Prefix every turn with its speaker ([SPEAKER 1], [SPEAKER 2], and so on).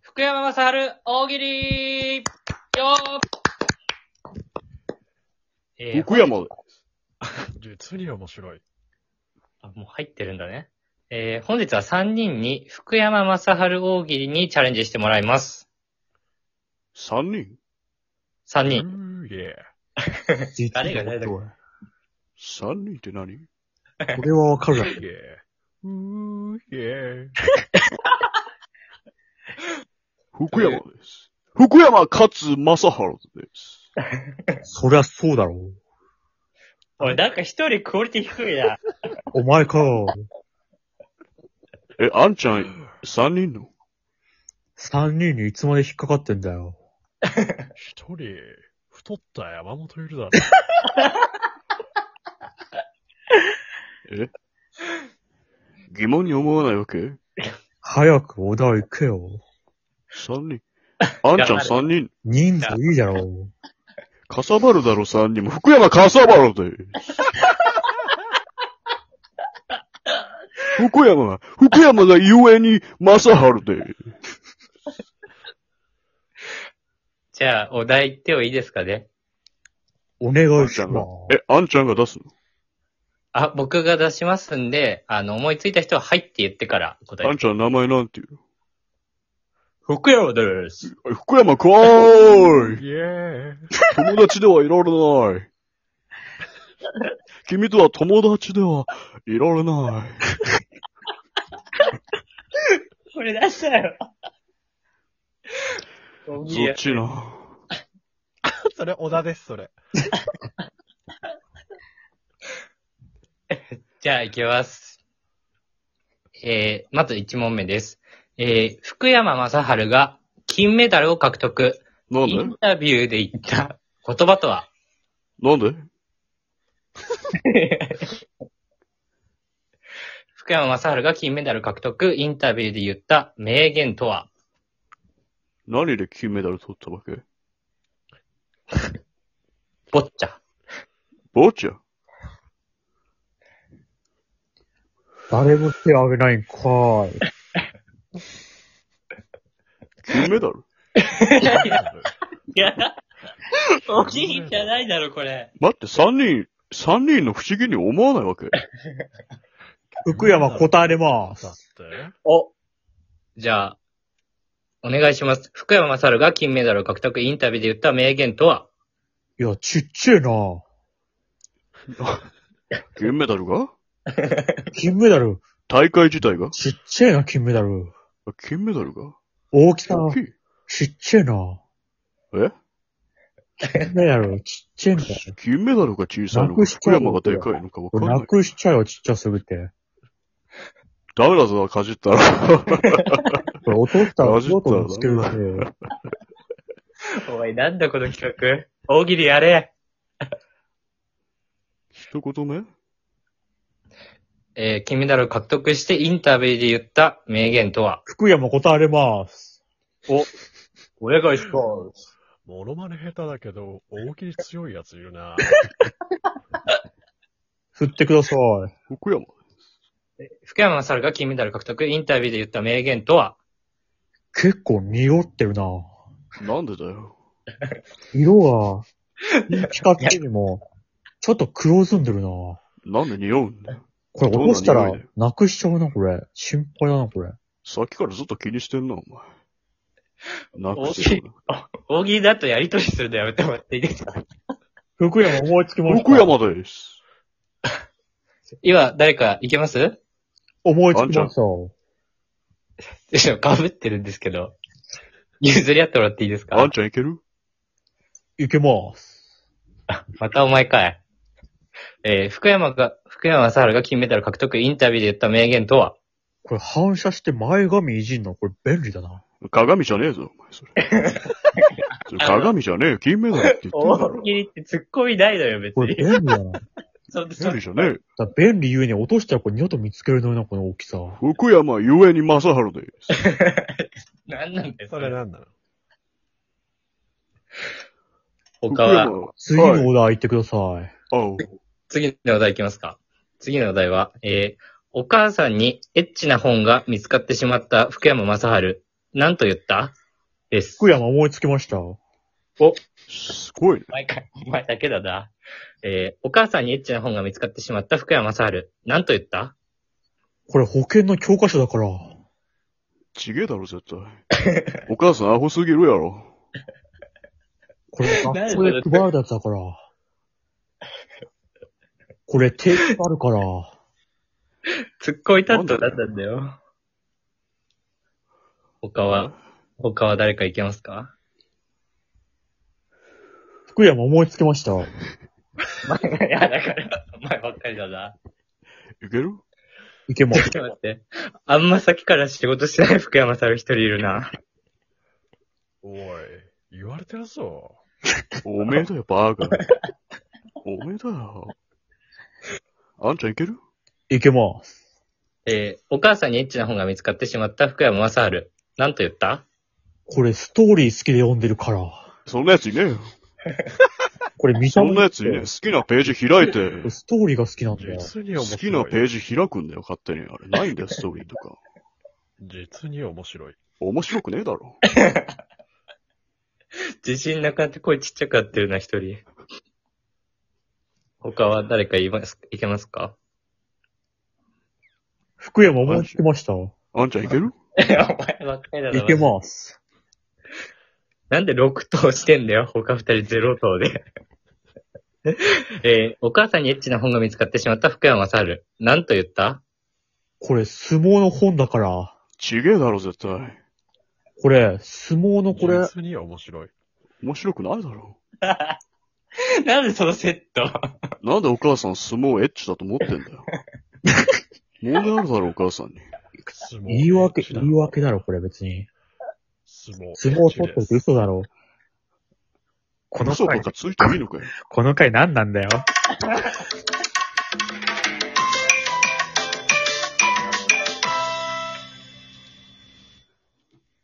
[SPEAKER 1] 福山雅治、大喜利よーえー、
[SPEAKER 2] 福山、
[SPEAKER 3] 実に面白い。
[SPEAKER 1] あもう入ってるんだね。えー、本日は3人に福山雅治大喜利にチャレンジしてもらいます。
[SPEAKER 2] 三人
[SPEAKER 1] 3
[SPEAKER 3] う
[SPEAKER 1] 人。
[SPEAKER 3] ーげえ。
[SPEAKER 1] 誰が誰だっけ
[SPEAKER 2] 三人って何
[SPEAKER 4] これはわかるだろ。
[SPEAKER 3] うーげえ。うーげえ。
[SPEAKER 2] 福山です。福山勝正治です。
[SPEAKER 4] そりゃそうだろう。
[SPEAKER 1] おい、なんか一人クオリティ低いな。
[SPEAKER 4] お前か。
[SPEAKER 2] え、あんちゃん、三人の
[SPEAKER 4] 三人にいつまで引っかかってんだよ。
[SPEAKER 3] 一人、太った山本いる だろ。
[SPEAKER 2] 疑問に思わないわけ
[SPEAKER 4] 早くお題行けよ。
[SPEAKER 2] 三人。あんちゃん三人。
[SPEAKER 4] 人数いいだろう。
[SPEAKER 2] かさばるだろ三人も。福山かさばるです。福山が、福山がゆえに正治で。
[SPEAKER 1] じゃあ、お題言ってもいいですかね。
[SPEAKER 4] お願
[SPEAKER 2] あん
[SPEAKER 4] いし
[SPEAKER 2] ちゃん
[SPEAKER 4] ま
[SPEAKER 2] が、え、あんちゃんが出すの
[SPEAKER 1] あ、僕が出しますんで、あの、思いついた人ははいって言ってから答
[SPEAKER 2] あ
[SPEAKER 1] え
[SPEAKER 2] ん。ちゃん名前なんていう
[SPEAKER 1] 福山です。
[SPEAKER 2] のえ福山かーい
[SPEAKER 3] イエーイ。
[SPEAKER 2] 友達ではいられない。君とは友達ではいられない。
[SPEAKER 1] これ出したよ。大喜利
[SPEAKER 2] そ
[SPEAKER 1] や
[SPEAKER 2] っちな。
[SPEAKER 3] それ、小田です、それ。
[SPEAKER 1] じゃあ、行きます。えー、まず1問目です。えー、福山雅治が金メダルを獲得。
[SPEAKER 2] なん
[SPEAKER 1] イン
[SPEAKER 2] で
[SPEAKER 1] タビューで言った言葉とは
[SPEAKER 2] なんで
[SPEAKER 1] 福山雅治が金メダル獲得。インタビューで言った名言とは
[SPEAKER 2] 何で金メダル取ったわけ
[SPEAKER 1] ボッチャ。
[SPEAKER 2] ボッチャ
[SPEAKER 4] 誰も手あげないんかーい。
[SPEAKER 2] 金メダル
[SPEAKER 1] いや、大
[SPEAKER 3] 喜利じゃ
[SPEAKER 1] ないだろ、これ。
[SPEAKER 2] 待って、三人、三人の不思議に思わないわけ
[SPEAKER 4] 福山答えれま
[SPEAKER 3] だっ
[SPEAKER 4] す。
[SPEAKER 3] て
[SPEAKER 1] お。じゃあ、お願いします。福山雅治が金メダルを獲得。インタビューで言った名言とはい
[SPEAKER 4] や、ちっちゃいな。
[SPEAKER 2] 金メダルが
[SPEAKER 4] 金メダル。
[SPEAKER 2] 大会自体が
[SPEAKER 4] ちっちゃいな、金メダル。
[SPEAKER 2] 金メダルが
[SPEAKER 4] 大きさ。
[SPEAKER 2] 大きい
[SPEAKER 4] ちっちゃいな。
[SPEAKER 2] え
[SPEAKER 4] 金メダル。ちっちゃいんだよ。
[SPEAKER 2] 金メダルが小さいの
[SPEAKER 4] な
[SPEAKER 2] か
[SPEAKER 4] くしち
[SPEAKER 2] 福
[SPEAKER 4] ゃう
[SPEAKER 2] 山がでかいのかわかんな。
[SPEAKER 4] ないくしちゃうよ、ちっちゃすぎて。
[SPEAKER 2] ダメだぞ、かじったら。
[SPEAKER 4] これ、落としたら、
[SPEAKER 2] マジだ
[SPEAKER 4] 落とつけるし。
[SPEAKER 1] おい、なんだこの企画。大喜利やれ。
[SPEAKER 2] 一言目
[SPEAKER 1] えー金メダルを獲得してインタビューで言った名言とは
[SPEAKER 4] 福山答えれます。
[SPEAKER 1] お願いします。
[SPEAKER 3] モノマネ下手だけど、大喜利強いやついるな。
[SPEAKER 4] 振ってください。
[SPEAKER 2] 福山。
[SPEAKER 1] 福山雅治が金メダル獲得。インタビューで言った名言とは
[SPEAKER 4] 結構匂ってるな。
[SPEAKER 2] なんでだよ。
[SPEAKER 4] 色が、光ってるにも、ちょっと黒ずんでるな。こ
[SPEAKER 2] なんで匂うんだよ。
[SPEAKER 4] れ落とした
[SPEAKER 2] どんな
[SPEAKER 4] ら
[SPEAKER 2] 匂いだよ、
[SPEAKER 4] なくしちゃうな、これ。心配だな、これ。
[SPEAKER 2] さっきからずっと気にしてんな、お前。なくしよ
[SPEAKER 1] 大喜利だとやりとりするのやめてもらっていいですか
[SPEAKER 4] 福山思いつき
[SPEAKER 2] う
[SPEAKER 4] ま
[SPEAKER 2] な。
[SPEAKER 4] した。
[SPEAKER 2] 福山です。
[SPEAKER 1] 今、誰か行けます
[SPEAKER 4] 思いつきました。
[SPEAKER 1] でしょ、かぶってるんですけど。譲り合ってもらっていいです
[SPEAKER 2] あ
[SPEAKER 1] か
[SPEAKER 2] んちゃんいける
[SPEAKER 4] いけます。
[SPEAKER 1] またお前かい。えー福山が、福山雅治が金メダル獲得。インタビューで言った名言とは
[SPEAKER 4] これ反射して前髪いじんの、これ便利だな。
[SPEAKER 2] 鏡じゃねえぞ、お前、それ。 それ鏡じゃねえよ、金メダルって言ってんだろ。
[SPEAKER 1] 喜利って突っ込みないのよ、別
[SPEAKER 4] これ便利だ な。だか
[SPEAKER 1] そ
[SPEAKER 2] 無理じゃねえよ。
[SPEAKER 4] ら便利ゆえに落としたらこれ二度と見つけるのにな、この大きさ。
[SPEAKER 2] 福山ゆえに正治です。
[SPEAKER 1] なんなんだよ、
[SPEAKER 3] それ。なんなの
[SPEAKER 1] 他は、
[SPEAKER 4] 次
[SPEAKER 2] 福山
[SPEAKER 4] のオーダー行ってください。
[SPEAKER 2] はい、
[SPEAKER 1] 次のお題いきますか。次のお題は、えーお母さんにエッチな本が見つかってしまった福山雅治。なんと言ったです。
[SPEAKER 4] 福山思いつきました。
[SPEAKER 2] すごいね。
[SPEAKER 1] 毎回、お前だけだな。えーお母さんにエッチな本が見つかってしまった福山雅治。なんと言った
[SPEAKER 4] これ保険の教科書だから。
[SPEAKER 2] ちげえだろ、絶対。お母さんアホすぎるやろ。
[SPEAKER 4] これ学校で配られたやつだから。これ定期あるから。
[SPEAKER 1] 突っ込み担当だったんだよ。他は、他は誰かいけますか
[SPEAKER 4] 福山思いつきました。
[SPEAKER 1] いや、だから、お前ばっかりだな。
[SPEAKER 2] いける
[SPEAKER 4] いけま
[SPEAKER 1] ちょ
[SPEAKER 4] す
[SPEAKER 1] っ。と待って。あんま先から仕事してない福山雅治一人いるな。
[SPEAKER 3] おい、言われてるぞ。
[SPEAKER 2] おめえだよ、バーガー。おめえだよ。あんちゃんいける
[SPEAKER 4] いけます。
[SPEAKER 1] えーお母さんにエッチな本が見つかってしまった福山雅治。なんと言った
[SPEAKER 4] これストーリー好きで読んでるから。
[SPEAKER 2] そんなやついねえよ。
[SPEAKER 4] これ見た
[SPEAKER 2] そ
[SPEAKER 4] 目
[SPEAKER 2] んなやついねえ。好きなページ開いて、
[SPEAKER 4] ストーリーが好きなんだよ。
[SPEAKER 3] 実に面
[SPEAKER 2] 好
[SPEAKER 3] 白い。
[SPEAKER 2] きなページ開くんだよ、勝手に。あれ、ないんだよ、ストーリーとか。
[SPEAKER 3] 実に面白い。
[SPEAKER 2] 面白くねえだろ。
[SPEAKER 1] 自信なくなって声ちっちゃくなってるな、一人。他は誰かいます、いけますか
[SPEAKER 4] 福山思いつきました。
[SPEAKER 2] あんちゃんいける
[SPEAKER 1] いやお前ばっかりだな。
[SPEAKER 4] いけます。
[SPEAKER 1] なんで6頭してんだよ、他2人0頭で。 えーお母さんにエッチな本が見つかってしまった福山雅治。なんと言った
[SPEAKER 4] これ相撲の本だから。
[SPEAKER 2] ちげえだろ、絶対。
[SPEAKER 4] これ、相撲のこれ、
[SPEAKER 3] 実に面白い。
[SPEAKER 2] 面白くないだろ。
[SPEAKER 1] なんでそのセット
[SPEAKER 2] なんでお母さん相撲エッチだと思ってんだよ。問題あるだろ、お母さんに。
[SPEAKER 3] 相撲
[SPEAKER 4] 言い訳、
[SPEAKER 3] エッチだ
[SPEAKER 4] 言い訳だろ、これ別に。
[SPEAKER 3] 相撲。
[SPEAKER 4] 相撲取ってるって嘘だろ。
[SPEAKER 2] 嘘とかついていいのかよ。
[SPEAKER 4] この回何なんだよ。